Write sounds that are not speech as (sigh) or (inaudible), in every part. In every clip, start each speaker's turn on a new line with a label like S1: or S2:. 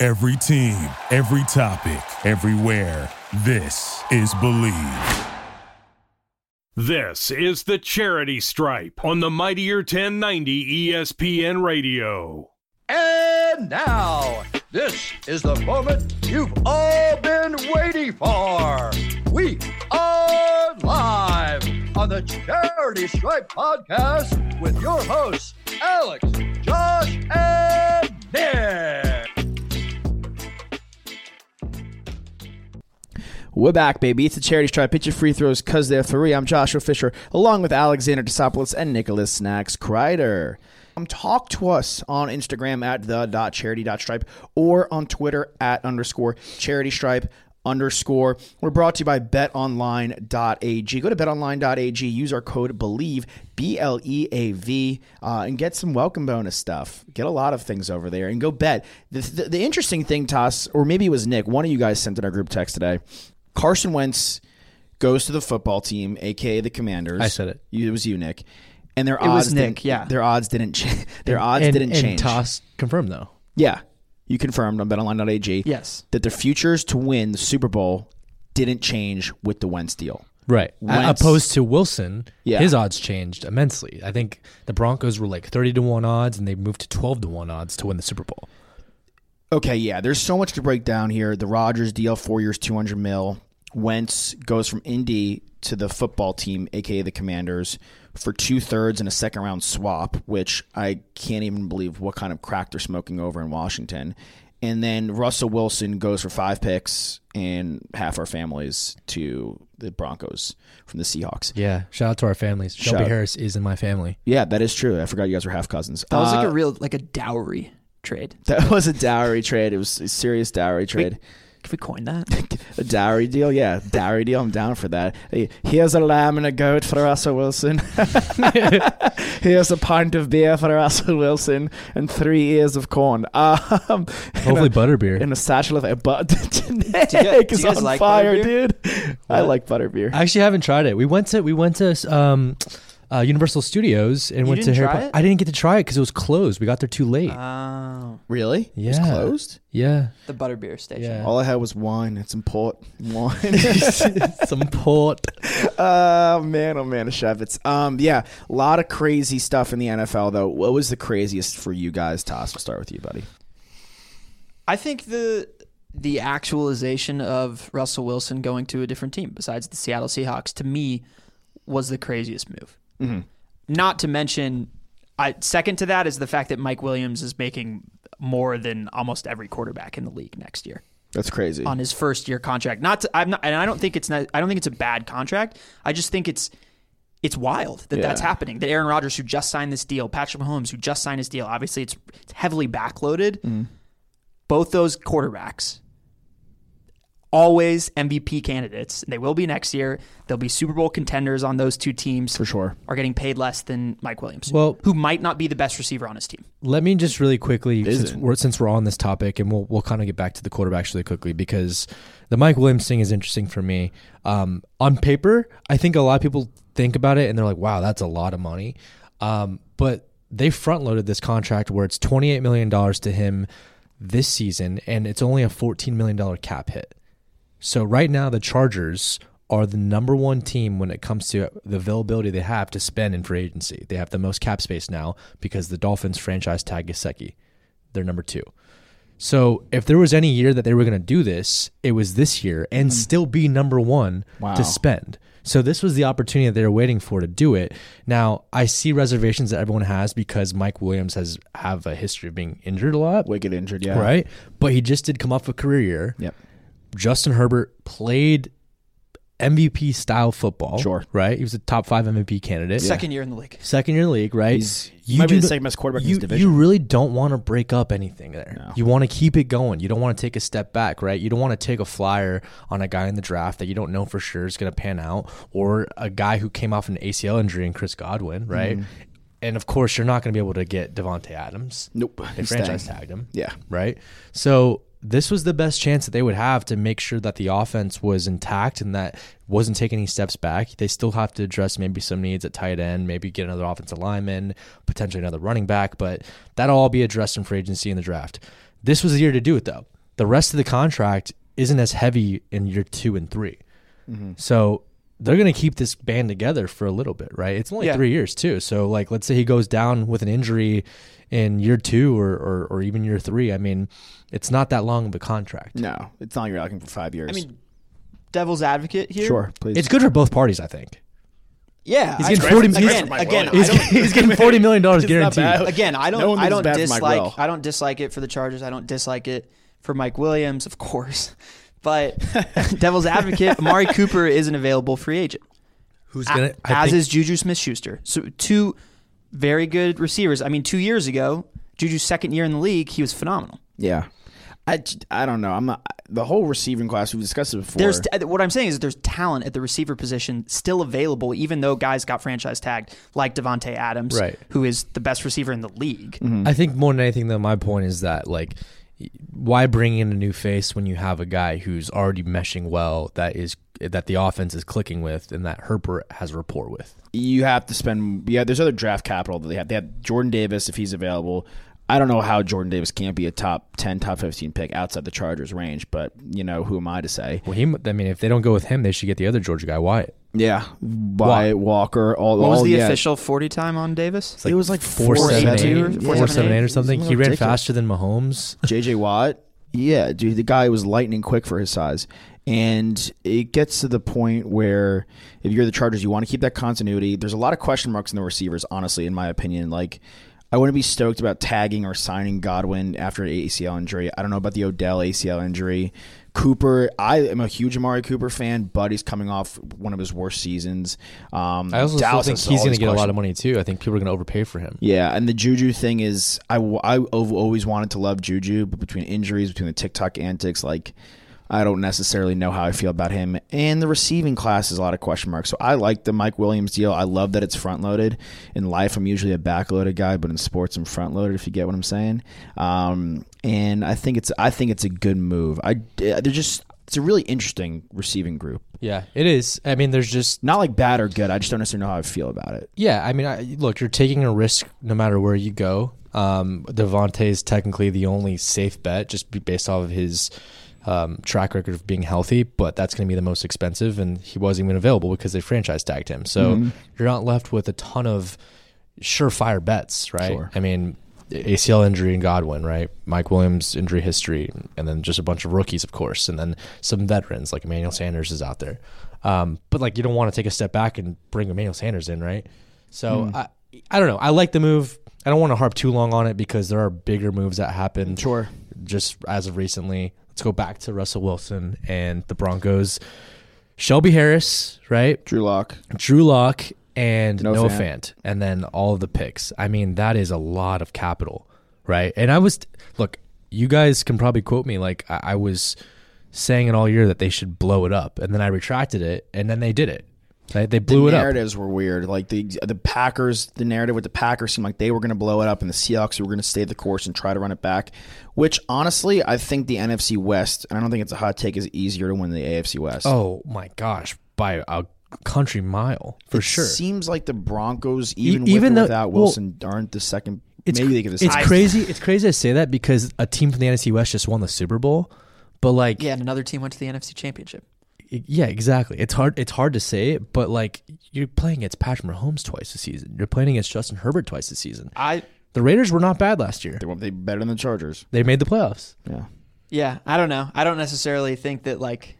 S1: Every team, every topic, everywhere. This is Believe.
S2: This is the Charity Stripe on the Mightier E 1090 ESPN Radio.
S3: And now, this is the moment you've all been waiting for. We are live on the Charity Stripe podcast with your hosts, Alex, Josh, and Nick.
S4: We're back, baby. It's the charity stripe. Pitch your free throws because they're free. I'm Joshua Fisher, along with Alexander Desopoulos and Nicholas Snacks Kreider. Um, talk to us on Instagram at the.charity.stripe or on Twitter at underscore charity stripe underscore. We're brought to you by betonline.ag. Go to betonline.ag, use our code BELIEVE, B L E A V, uh, and get some welcome bonus stuff. Get a lot of things over there and go bet. The, the, the interesting thing, Toss, or maybe it was Nick, one of you guys sent in our group text today. Carson Wentz goes to the football team, aka the Commanders.
S5: I said it.
S4: You, it was you, Nick. And their
S5: It was
S4: odds
S5: Nick,
S4: didn't,
S5: yeah.
S4: Their odds didn't change. (laughs) Their odds
S5: and,
S4: didn't
S5: and
S4: change.
S5: Toss confirmed though.
S4: Yeah. You confirmed on betonline.ag
S5: Yes.
S4: that their futures to win the Super Bowl didn't change with the Wentz deal.
S5: Right.
S4: Wentz-
S5: Opposed to Wilson,
S4: Yeah.
S5: his odds changed immensely. I think the Broncos were like 30 to 1 odds and they moved to 12 to 1 odds to win the Super Bowl.
S4: Okay, yeah, there's so much to break down here. The Rodgers deal, four years, 200 mil. Wentz goes from Indy to the football team, aka the Commanders, for two thirds and a second round swap, which I can't even believe what kind of crack they're smoking over in Washington. And then Russell Wilson goes for five picks and half our families to the Broncos from the Seahawks.
S5: Yeah. Shout out to our families. Shelby
S4: out.
S5: Harris is in my family.
S4: Yeah, that is true. I forgot you guys were half cousins.
S6: That was like
S4: Uh,
S6: a real like a dowry trade.
S4: (laughs) that was a dowry trade. It was a serious dowry trade.
S6: Can we coin that?
S4: (laughs) A dowry deal, yeah, dowry deal. I'm down for that. Hey, Here's a lamb and a goat for Russell Wilson. (laughs) Here's a pint of beer for Russell Wilson and three ears of corn. (laughs) Um, and
S5: Hopefully
S4: a,
S5: butterbeer.
S4: and a satchel of a (laughs) but. Nick
S6: do
S4: is
S6: you guys
S4: on
S6: like
S4: fire,
S6: butterbeer?
S4: dude. I like butterbeer.
S5: I actually haven't tried it. We went to we went to um, uh, Universal Studios and went
S6: didn't
S5: to Harry
S6: try
S5: Potter.
S6: it?
S5: I didn't get to try it because it was closed. We got there too late.
S6: Oh,
S4: really?
S5: yeah.
S4: It's closed.
S5: Yeah.
S6: (laughs) the butterbeer station.
S5: Yeah.
S4: All (laughs) I had was wine. It's in port wine. (laughs)
S5: Some port.
S4: Oh man, oh man, Shevitz. Um, yeah, a lot of crazy stuff in the NFL though. What was the craziest for you guys, Toss? We'll start with you, buddy.
S6: I think the the actualization of Russell Wilson going to a different team besides the Seattle Seahawks to me was the craziest move. Not to mention, I, second to that is the fact that Mike Williams is making more than almost every quarterback in the league next year.
S4: That's crazy.
S6: on his first year contract. Not to, I'm not, and I don't think it's not, I don't think it's a bad contract. I just think it's it's wild that that's
S4: Yeah.
S6: happening. That Aaron Rodgers, who just signed this deal, Patrick Mahomes, who just signed his deal, obviously it's, it's heavily backloaded. Both those quarterbacks, always MVP candidates. They will be next year. They'll be Super Bowl contenders on those two teams for
S4: sure.
S6: Are getting paid less than Mike Williams,
S5: Well-
S6: who might not be the best receiver on his team.
S5: Let me just really quickly, since
S4: it?
S5: we're, since we're on this topic, and we'll we'll kind of get back to the quarterbacks really quickly because the Mike Williams thing is interesting for me. Um, on paper, I think a lot of people think about it and they're like, "Wow, that's a lot of money," um, but they front loaded this contract where it's twenty eight million dollars to him this season, and it's only a fourteen million dollar cap hit. So right now, the Chargers are the number one team when it comes to the availability they have to spend in free agency. They have the most cap space now because the Dolphins franchise tag Gesicki. They're number two. So if there was any year that they were going to do this, it was this year and still be number one to spend. So this was the opportunity that they were waiting for to do it. Now I see reservations that everyone has because Mike Williams has have a history of being injured a lot,
S4: Wicked injured, yeah.
S5: right? But he just did come off a career year.
S4: Yep.
S5: Justin Herbert played MVP style football.
S4: Sure.
S5: Right? He was a top five MVP candidate.
S6: Second year in the league.
S5: Second year league, right?
S4: He's- he might be the
S5: do-
S4: second best quarterback in
S5: you,
S4: his division.
S5: You really don't want to break up anything there.
S4: No.
S5: You want to keep it going. You don't want to take a step back, right? You don't want to take a flyer on a guy in the draft that you don't know for sure is going to pan out, or a guy who came off an ACL injury in Chris Godwin, right? And of course, you're not going to be able to get Devonte Adams.
S4: Mm-hmm. Nope.
S5: They
S4: He's
S5: franchise
S4: staying.
S5: tagged him.
S4: Yeah.
S5: Right. So this was the best chance that they would have to make sure that the offense was intact and that wasn't taking any steps back. They still have to address maybe some needs at tight end, maybe get another offensive lineman, potentially another running back, but that'll all be addressed in free agency and the draft. This was the year to do it though. The rest of the contract isn't as heavy in year two and 3 So they're gonna keep this band together for a little bit, right? It's only
S6: Yeah.
S5: three years too. So like let's say he goes down with an injury in year two or, or, or even year three. I mean, it's not that long of a contract.
S4: No, it's not like you're looking for five years.
S6: I mean, devil's advocate here.
S4: sure, please.
S5: It's good for both parties, I think.
S6: Yeah.
S5: He's
S6: I-
S5: getting 40
S6: again,
S5: he's-
S6: again, I
S5: He's,
S6: don't,
S5: he's getting
S6: (laughs)
S5: forty million dollars guaranteed.
S6: again, I don't,
S4: No one
S6: I
S4: thinks
S6: don't
S4: bad for Mike Will.
S6: dislike, I don't dislike it for the Chargers. I don't dislike it for Mike Williams, of course. (laughs) But
S4: (laughs)
S6: devil's advocate, Amari Cooper is an available free agent,
S5: Who's
S6: a- as is Juju Smith-Schuster. So two very good receivers. I mean, two years ago, Juju's second year in the league, he was phenomenal.
S4: yeah. I, j- I don't know. I'm not, the whole receiving class we've discussed it before.
S6: There's t- what I'm saying is there's talent at the receiver position still available, even though guys got franchise tagged, like Devonte Adams,
S5: Right.
S6: who is the best receiver in mm-hmm. the league.
S5: I think more than anything, though, my point is that like, why bring in a new face when you have a guy who's already meshing well, that is that the offense is clicking with, and that Herbert has rapport with.
S4: you have to spend. Yeah, there's other draft capital that they have. They have Jordan Davis if he's available. I don't know how Jordan Davis can't be a top ten, top fifteen pick outside the Chargers range, but you know who am I to say?
S5: Well, he, I mean, if they don't go with him, they should get the other Georgia guy, Wyatt.
S4: Yeah, Wyatt Walker. All,
S6: What was
S4: all-
S6: the
S4: yeah.
S6: official 40 time on Davis?
S4: it was like
S5: Four seven eight,
S6: 472
S4: 472
S6: or
S5: four seven eight or something. He ran
S4: ridiculous.
S5: faster than Mahomes.
S4: JJ Watt. Yeah, dude, the guy was lightning quick for his size. And it gets to the point where if you're the Chargers, you want to keep that continuity. There's a lot of question marks in the receivers, honestly, in my opinion. Like, I wouldn't be stoked about tagging or signing Godwin after an ACL injury. I don't know about the Odell ACL injury. Cooper, I am a huge Amari Cooper fan, but he's coming off one of his worst seasons. Um,
S5: I also still
S4: Dallas
S5: think
S4: has
S5: he's
S4: all
S5: going
S4: these
S5: to get a lot
S4: questions.
S5: of money too. I think people are going to overpay for him.
S4: Yeah, and the Juju thing is, I, w- I ov- always wanted to love Juju, but between injuries, between the TikTok antics, like, I don't necessarily know how I feel about him. And the receiving class is a lot of question marks. So I like the Mike Williams deal. I love that it's front loaded. In life, I'm usually a back loaded guy, but in sports, I'm front loaded. If you get what I'm saying, um, and I think it's I think it's a good move. I they're just it's a really interesting receiving group.
S5: Yeah, it is. I mean, there's just
S4: Not like bad or good. I just don't necessarily know how I feel about it.
S5: Yeah, I mean, I, look, you're taking a risk no matter where you go. Um, Devontae is technically the only safe bet, just be- based off of his um, track record of being healthy. But that's going to be the most expensive, and he wasn't even available because they franchise tagged him. So you're not left with a ton of surefire bets, right?
S4: Sure.
S5: I mean, ACL injury and Godwin, right? Mike Williams injury history, and then just a bunch of rookies, of course, and then some veterans like Emmanuel Sanders is out there. Um, but like, you don't want to take a step back and bring Emmanuel Sanders in, right? So
S4: Hmm.
S5: I, I don't know. I like the move. I don't want to harp too long on it because there are bigger moves that happened.
S4: Sure.
S5: Just as of recently, let's go back to Russell Wilson and the Broncos. Shelby Harris, right?
S4: Drew Lock.
S5: Drew Lock and
S4: No
S5: Noah Fant.
S4: Fant.
S5: and then all of the picks. I mean, that is a lot of capital, right? And I was look, you guys can probably quote me like I, I was saying it all year that they should blow it up, and then I retracted it, and then they did it. They, they blew
S4: the
S5: it up.
S4: narratives were weird. Like the the Packers, the narrative with the Packers seemed like they were going to blow it up, and the Seahawks were going to stay the course and try to run it back. Which honestly, I think the NFC West, and I don't think it's a hot take, is easier to win than the AFC West.
S5: Oh my gosh, by a country mile for
S4: It
S5: sure. E-
S4: Seems like the Broncos, even with
S5: even though-
S4: or without
S5: well,
S4: Wilson, aren't the second.
S5: It's,
S4: maybe they give the
S5: it's
S4: second.
S5: crazy. It's crazy to say that because a team from the NFC West just won the Super Bowl, but like
S6: Yeah, and another team went to the NFC Championship.
S5: Yeah, exactly. It's hard. It's hard to say it, but like you're playing against Patrick Mahomes twice this season. You're playing against Justin Herbert twice this season.
S6: I
S5: The Raiders were not bad last year.
S4: They won't be better than the Chargers.
S5: They made the playoffs.
S4: Yeah.
S6: yeah, I don't know. I don't necessarily think that like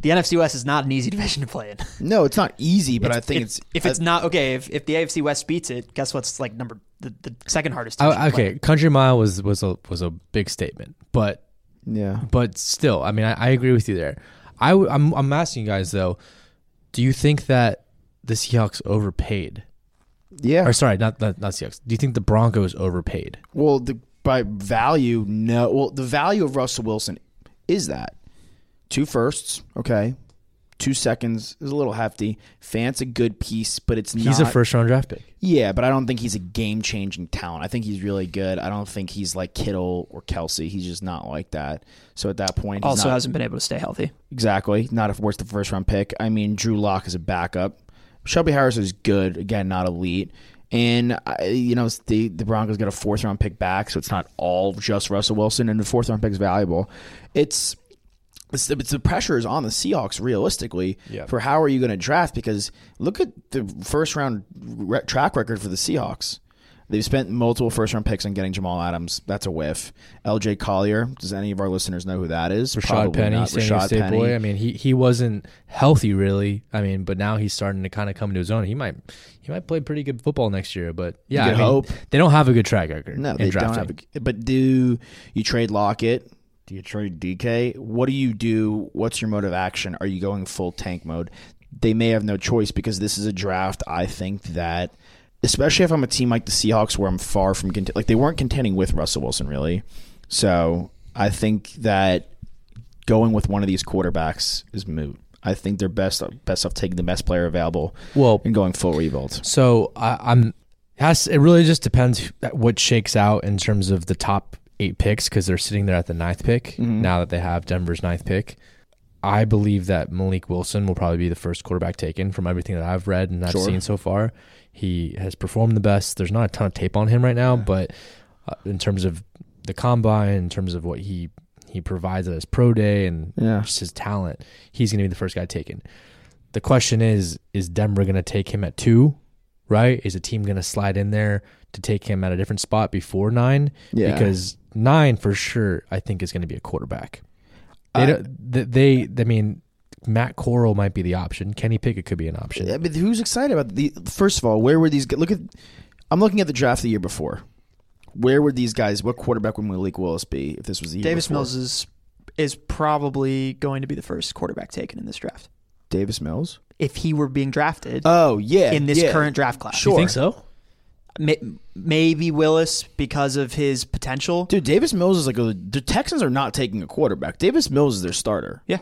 S6: the NFC West is not an easy (laughs) division to play in.
S4: No, it's not easy, but I think
S6: if,
S4: it's
S6: if it's not okay, if, if the AFC West beats it, guess what's like number the, the second hardest.
S4: Oh,
S6: Division
S5: I,
S6: to play
S5: Oh, okay, Country Mile was was a was a big statement, but
S4: yeah.
S5: but still, I mean, I, I agree with you there. I w- I'm I'm asking you guys though, do you think that the Seahawks overpaid?
S4: Yeah.
S5: Or sorry, not not, not Seahawks. Do you think the Broncos overpaid?
S4: Well, the by value, no. Well, the value of Russell Wilson is that two firsts, okay, two seconds is a little hefty. Fant's a good piece, but it's not.
S5: He's a first round draft pick.
S4: Yeah, but I don't think he's a game changing talent. I think he's really good. I don't think he's like Kittle or Kelsey. He's just not like that. So at that point, he's
S6: Also
S4: not-
S6: hasn't been able to stay healthy.
S4: Exactly. Not if worth the first round pick. I mean, Drew Lock is a backup. Shelby Harris is good. Again, not elite. And, I, you know, the, the Broncos got a fourth round pick back, so it's not all just Russell Wilson, and the fourth round pick is valuable. It's. It's the, it's the pressure is on the Seahawks realistically for how are you going to draft because look at the first round re- track record for the Seahawks. They've spent multiple first round picks on getting Jamal Adams. That's a whiff. L.J. Collier. Does any of our listeners know who that is?
S5: Rashad Penny,
S4: not.
S5: San Diego
S4: Rashad
S5: State
S4: Penny.
S5: boy. I mean, he he wasn't healthy really. I mean, but now he's starting to kind of come to his own. He might he might play pretty good football next year. But yeah,
S4: could
S5: I mean,
S4: hope.
S5: they don't have a good track record.
S4: No,
S5: in
S4: they
S5: drafting.
S4: don't have. A, but do you trade Lockett? Do you trade DK? What do you do? What's your mode of action? Are you going full tank mode? They may have no choice because this is a draft. I think that, especially if I'm a team like the Seahawks, where I'm far from cont- like they weren't contending with Russell Wilson really. So I think that going with one of these quarterbacks is moot. I think they're best best off taking the best player available.
S5: Well-
S4: and going full rebuild.
S5: So I, I'm it has it really just depends what shakes out in terms of the top eight picks because they're sitting there at the ninth pick now that they have Denver's ninth pick. I believe that Malik Wilson will probably be the first quarterback taken from everything that I've read and I've seen so far. He has performed the best. There's not a ton of tape on him right now, but uh, in terms of the combine, in terms of what he he provides at his pro day and
S4: Yeah.
S5: just his talent, he's going to be the first guy taken. The question is, is Denver going to take him at two right? Is a team going to slide in there to take him at a different spot before nine?
S4: Yeah.
S5: Because nine for sure, I think is going to be a quarterback. They, don't, they, they, I mean, Matt Coral might be the option. Kenny Pickett could be an option.
S4: I mean, who's excited about the? First of all, where were these? g- Look at, I'm looking at the draft the year before. Where were these guys? What quarterback would Malik Willis be if this was the year
S6: Davis
S4: before?
S6: Mills is is probably going to be the first quarterback taken in this draft
S4: Davis Mills.
S6: if he were being drafted
S4: Oh yeah,
S6: in this
S4: yeah.
S6: current draft class.
S4: Sure.
S5: so?
S6: Ma- maybe Willis because of his potential.
S4: dude. Davis Mills is like a, the Texans are not taking a quarterback. Davis Mills is their starter.
S6: Yeah,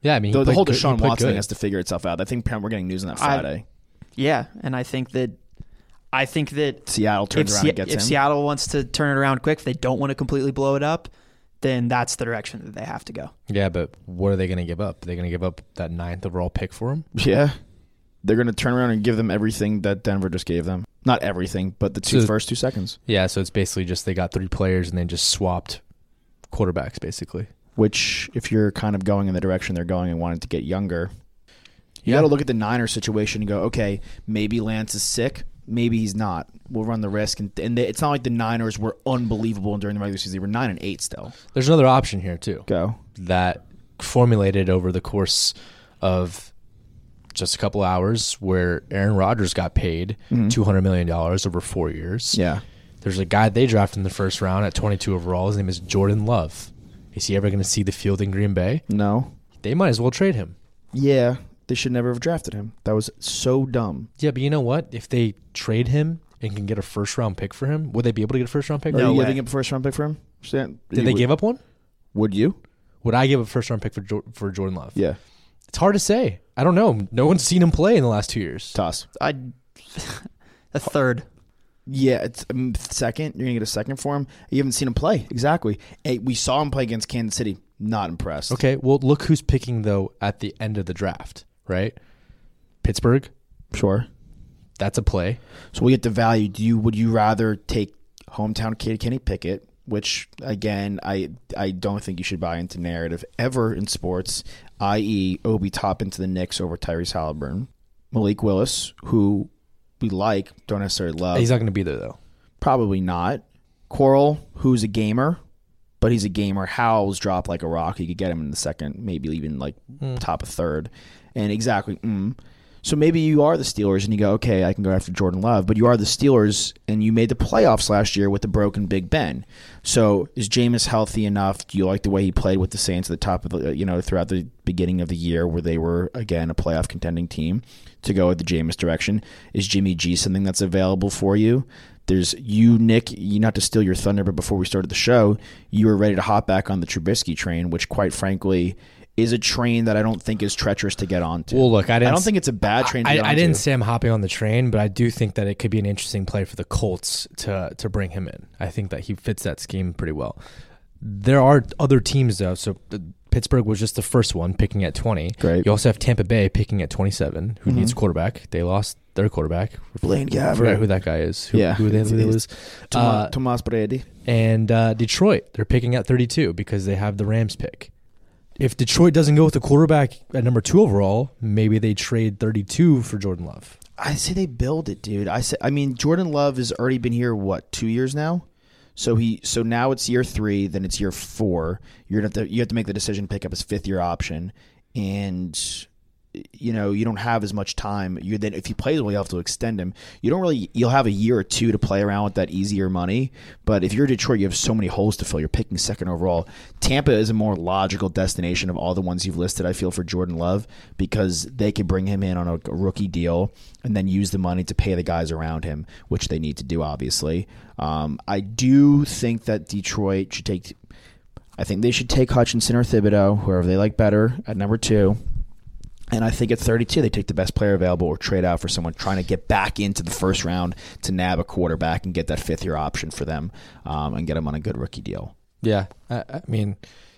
S5: Yeah, I mean, he
S4: The, the
S5: played
S4: whole
S5: good- he
S4: Deshaun
S5: played
S4: Watson
S5: good.
S4: thing has to figure itself out. I think Pam, we're getting news on that Friday.
S6: yeah, and I think that I think that
S4: Seattle turns
S6: if,
S4: around
S6: Se-
S4: and gets
S6: if
S4: him.
S6: Seattle wants to turn it around quick, if they don't want to completely blow it up, then that's the direction that they have to go.
S5: Yeah, but what are they going to give up? They're going to give up that ninth overall pick for him.
S4: yeah, they're gonna turn around and give them everything that Denver just gave them. Not everything, but the two first
S5: So-
S4: two seconds,
S5: Yeah, so it's basically just they got three players and then just swapped quarterbacks, basically.
S4: which if you're kind of going in the direction they're going and wanting to get younger, You got to look at the Niners situation and go, okay, maybe Lance is sick, maybe he's not. We'll run the risk, and, and it's not like the Niners were unbelievable during the regular season. They were nine and eight still.
S5: There's another option here too.
S4: Go.
S5: that formulated over the course of just a couple hours where Aaron Rodgers got paid $200 million over four years.
S4: Mm-hmm. Yeah.
S5: There's a guy they drafted in the first round at 22 overall. His name is Jordan Love. Is he ever going to see the field in Green Bay?
S4: No.
S5: They might as well trade him.
S4: Yeah, they should never have drafted him. That was so dumb.
S5: Yeah, but you know what? If they trade him and can get a first round pick for him, would they be able to get a first round pick?
S4: Are
S5: for
S4: you
S5: him?
S4: giving up a first round pick for him? Stan?
S5: Did they give up one?
S4: Would you?
S5: Would I give a first round pick for Jor- for Jordan Love?
S4: Yeah.
S5: It's hard to say. I don't know. No one's seen him play in the last two years.
S4: Toss.
S6: I a third.
S4: Yeah, it's um, second. You're gonna get a second for him. You haven't seen him play. Exactly. Hey, we saw him play against Kansas City. Not impressed.
S5: Okay, well, look who's picking though at the end of the draft, right? Pittsburgh.
S4: Sure.
S5: That's a play.
S4: So we get the value. Do you would you rather take hometown kid Kenny Pickett, which again I I don't think you should buy into narrative ever in sports, i.e. Obi Toppin to the Knicks over Tyrese Halliburton, Malik Willis, who we like, don't necessarily love,
S5: He's not going to be there though.
S4: probably not. Coral, who's a gamer, but he's a gamer. Howls drop like a rock. You could get him in the second, maybe even like top of third, and exactly. Mm. So maybe you are the Steelers and you go, okay, I can go after Jordan Love, but you are the Steelers and you made the playoffs last year with the broken Big Ben. So is Jameis healthy enough? Do you like the way he played with the Saints at the top of the, you know, throughout the beginning of the year where they were, again, a playoff contending team to go at the Jameis direction? Is Jimmy G something that's available for you? There's you, Nick. You not to steal your thunder, but before we started the show, you were ready to hop back on the Trubisky train, which, quite frankly, is a train that I don't think is treacherous to get onto.
S5: Well, look, I didn't.
S4: I don't think it's a bad train. To
S5: I,
S4: get
S5: I didn't
S4: onto.
S5: say I'm hopping on the train, but I do think that it could be an interesting play for the Colts to to bring him in. I think that he fits that scheme pretty well. There are other teams though, so uh, Pittsburgh was just the first one picking at 20.
S4: Great. Mm-hmm.
S5: You also have Tampa Bay picking at 27, who needs a quarterback. They lost their quarterback.
S4: Blaine
S5: I forgot
S4: Gabbert.
S5: who that guy is. Who,
S4: Yeah.
S5: who they, who they lose.
S4: Toma-
S5: Uh,
S4: Tomas Brady.
S5: and uh, Detroit, they're picking at 32 because they have the Rams pick. If Detroit doesn't go with the quarterback at number two overall, maybe they trade 32 for Jordan Love.
S4: I say they build it, dude. I say, I mean, Jordan Love has already been here what two years now, so he so now it's year three, then it's year four. You're gonna have to you have to make the decision, to pick up his fifth year option, and you know you don't have as much time. You then if he plays well, you have to extend him. You don't really you'll have a year or two to play around with that easier money. But if you're Detroit, you have so many holes to fill. You're picking second overall. Tampa is a more logical destination of all the ones you've listed. I feel for Jordan Love because they could bring him in on a rookie deal and then use the money to pay the guys around him, which they need to do obviously. Um, I do think that Detroit should take. I think they should take Hutchinson or Thibodeau, whoever they like better, at number two. And I think at 32, they take the best player available or trade out for someone trying to get back into the first round to nab a quarterback and get that fifth year option for them um, and get them on a good rookie deal.
S5: Yeah, I, I mean,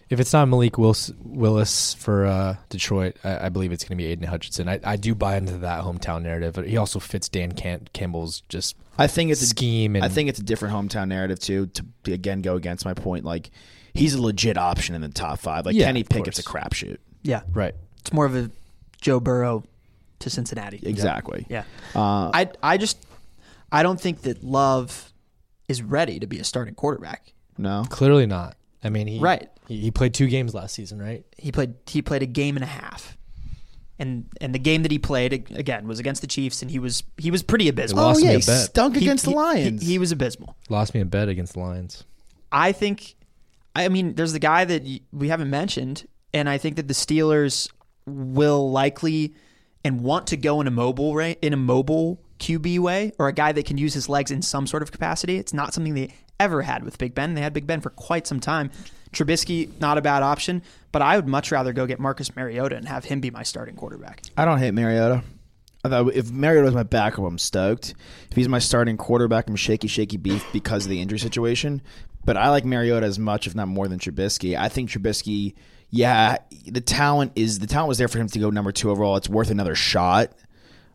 S5: if it's not Malik Willis, Willis for uh, Detroit, I, I believe it's going to be Aiden Hutchinson. I, I do buy into that hometown narrative, but he also fits Dan Can- Campbell's just
S4: I think it's
S5: scheme. And
S4: I think it's a different hometown narrative too. To to again go against my point, like he's a legit option in the top five. Like
S5: Yeah,
S4: Kenny
S5: of
S4: Pickett's a
S5: course.
S4: crapshoot.
S6: Yeah,
S5: right.
S6: it's more of a Joe Burrow to Cincinnati.
S4: Exactly.
S6: Yeah. I I just I don't think that Love is ready to be a starting quarterback.
S4: No.
S5: Clearly not. I mean, he
S6: Right.
S5: He, he played two games last season, right?
S6: He played he played a game and a half. And and the game that he played ag- again was against the Chiefs and he was he was pretty abysmal.
S4: oh
S5: lost me
S4: yeah,
S5: a
S4: he
S5: bet.
S4: stunk
S6: He-
S4: against
S6: he-
S4: the Lions.
S6: He, he was abysmal.
S5: Lost me a bet against the Lions.
S6: I think, I mean, there's the guy that y- we haven't mentioned, and I think that the Steelers will likely and want to go in a mobile ra- in a mobile QB way, or a guy that can use his legs in some sort of capacity. It's not something they ever had with Big Ben. They had Big Ben for quite some time. Trubisky, not a bad option, but I would much rather go get Marcus Mariota and have him be my starting quarterback.
S4: I don't hate Mariota. I thought if Mariota was my backup, I'm stoked. If he's my starting quarterback, I'm shaky, shaky beef because of the injury situation. But I like Mariota as much, if not more, than Trubisky. I think Trubisky, yeah, the talent is the talent was there for him to go number two overall. It's worth another shot.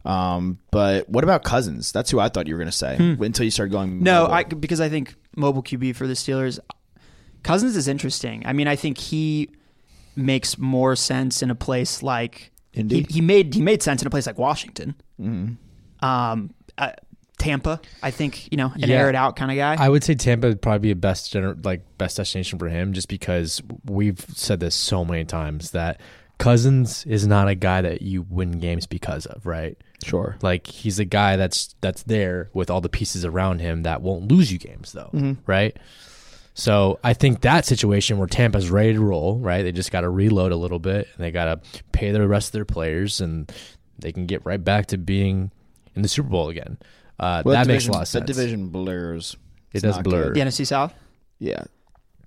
S4: Um, but what about Cousins? That's who I thought you were going to say
S5: Hmm.
S4: until you started going.
S6: No,
S4: mobile.
S6: I because I think mobile QB for the Steelers, Cousins is interesting. I mean, I think he makes more sense in a place like
S4: Indy?
S6: He, he made he made sense in a place like Washington, um, uh, Tampa. I think you know an
S5: Yeah.
S6: air it out kind of guy.
S5: I would say Tampa would probably be a best gener- like best destination for him, just because we've said this so many times that Cousins is not a guy that you win games because of, right?
S4: sure.
S5: Like he's a guy that's that's there with all the pieces around him that won't lose you games though, right? So I think that situation where Tampa's ready to roll, right? They just got to reload a little bit and they got to pay the rest of their players and they can get right back to being in the Super Bowl again. Uh,
S4: Well,
S5: that makes
S4: division,
S5: a lot of
S4: That
S5: sense.
S4: division blurs.
S5: It
S4: It's
S5: does
S4: not
S5: blur.
S4: good.
S6: the NFC South.
S4: Yeah,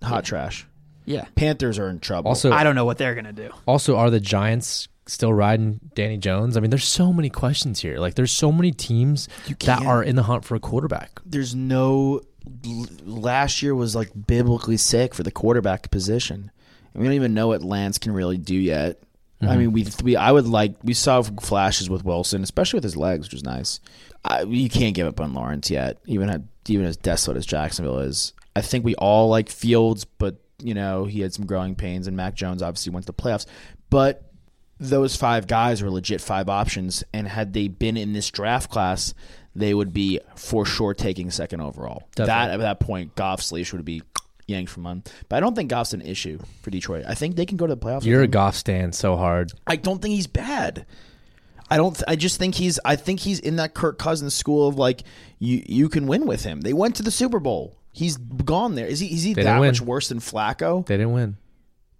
S4: hot trash.
S6: Yeah,
S4: Panthers are in trouble.
S5: Also,
S6: I don't know what they're gonna do.
S5: Also, are the Giants still riding Danny Jones? I mean, there's so many questions here. Like, there's so many teams that
S4: can't-
S5: are in the hunt for a quarterback.
S4: there's no l- last year was like biblically sick for the quarterback position. And we don't even know what Lance can really do yet. I mean, we we I would like we saw flashes with Wilson, especially with his legs, which was nice. I, you can't give up on Lawrence yet, even at, even as desolate as Jacksonville is. I think we all like Fields, but you know he had some growing pains, and Mac Jones obviously went to the playoffs. But those five guys were legit five options, and had they been in this draft class, they would be for sure taking second overall. That at that point, Goff's leash would be yanked from him. But I don't think Goff's an issue for Detroit. I think they can go to the playoffs.
S5: You're a golf stand so hard.
S4: I don't think he's bad. I don't. th- I just think he's. I think he's in that Kirk Cousins school of like you. You can win with him. They went to the Super Bowl. He's gone there. Is he? Is he
S5: They
S4: that
S5: didn't win.
S4: much worse than Flacco?
S5: They didn't win.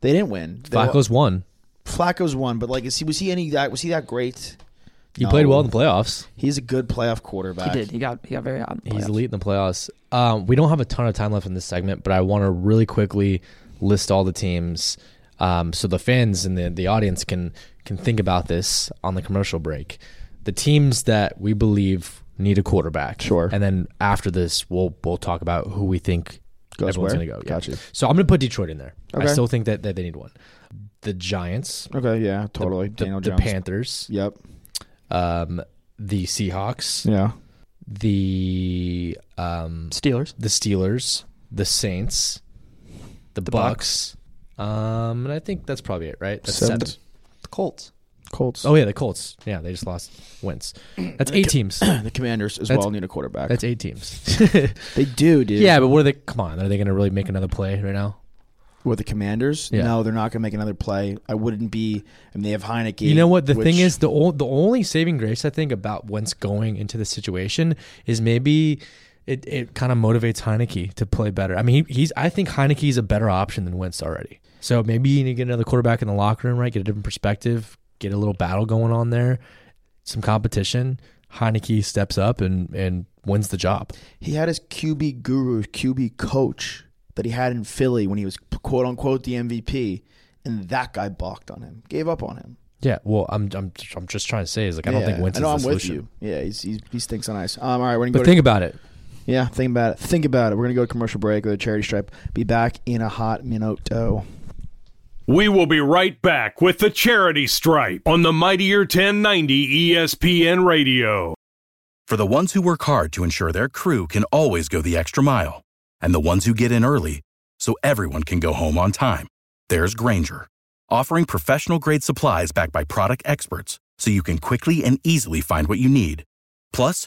S4: They didn't win. They won-
S5: Flacco's won.
S4: Flacco's one, but like, is he? Was he any? That was he that great?
S5: He played well in the playoffs.
S4: He's a good playoff quarterback.
S6: He did. He got he got very hot. In the
S5: He's
S6: playoffs.
S5: elite in the playoffs. Um, we don't have a ton of time left in this segment, but I want to really quickly list all the teams um, so the fans and the, the audience can can think about this on the commercial break. The teams that we believe need a quarterback.
S4: Sure.
S5: And then after this, we'll we'll talk about who we think
S4: Goes
S5: everyone's
S4: where?
S5: going to go.
S4: Got you.
S5: So I'm going to put Detroit in there. I
S4: Okay.
S5: still think that, that they need one. The Giants,
S4: Okay. Yeah. Totally.
S5: the,
S4: Daniel
S5: the
S4: Jones.
S5: Panthers,
S4: Yep.
S5: um, the Seahawks,
S4: Yeah.
S5: the um,
S6: Steelers.
S5: the Steelers, the Saints, the, Bucks. Um, and I think that's probably it, right? That's
S4: Seven.
S5: seven.
S6: The Colts.
S4: Colts.
S5: Oh yeah, the Colts. Yeah, they just lost wins. That's eight teams.
S4: Oh, the Commanders as
S5: That's-
S4: well need a quarterback.
S5: That's eight teams. (laughs)
S4: they do, dude.
S5: yeah, but what are they? Come on, are they going to really make another play right now?
S4: With the Commanders,
S5: Yeah.
S4: no, they're not going to make another play. I wouldn't be. I mean, they have Heineke.
S5: You know what? The thing
S4: which-
S5: is, the o- the only saving grace I think about Wentz going into the situation is maybe it, it kind of motivates Heineke to play better. I mean, he, he's I think Heineke's a better option than Wentz already. So maybe you need to get another quarterback in the locker room, right? Get a different perspective, get a little battle going on there, some competition. Heineke steps up and and wins the job.
S4: he had his QB guru, QB coach that he had in Philly when he was quote unquote the MVP, and that guy balked on him, gave up on him.
S5: Yeah. Well, I'm I'm I'm just trying to say is like I don't think
S4: Yeah.
S5: Wentz
S4: I know
S5: is
S4: I'm
S5: the
S4: with
S5: solution.
S4: you. Yeah, he's, he's, he stinks on ice. Um, all right, we're gonna go.
S5: But
S4: to-
S5: think about it.
S4: yeah, think about it. Think about it. We're gonna go to commercial break with a charity stripe. Be back in a hot minute. Oh.
S2: We will be right back with the charity stripe on the Mightier E 1090 ESPN Radio.
S7: For the ones who work hard to ensure their crew can always go the extra mile, and the ones who get in early so everyone can go home on time, there's Granger, offering professional grade supplies backed by product experts so you can quickly and easily find what you need. Plus,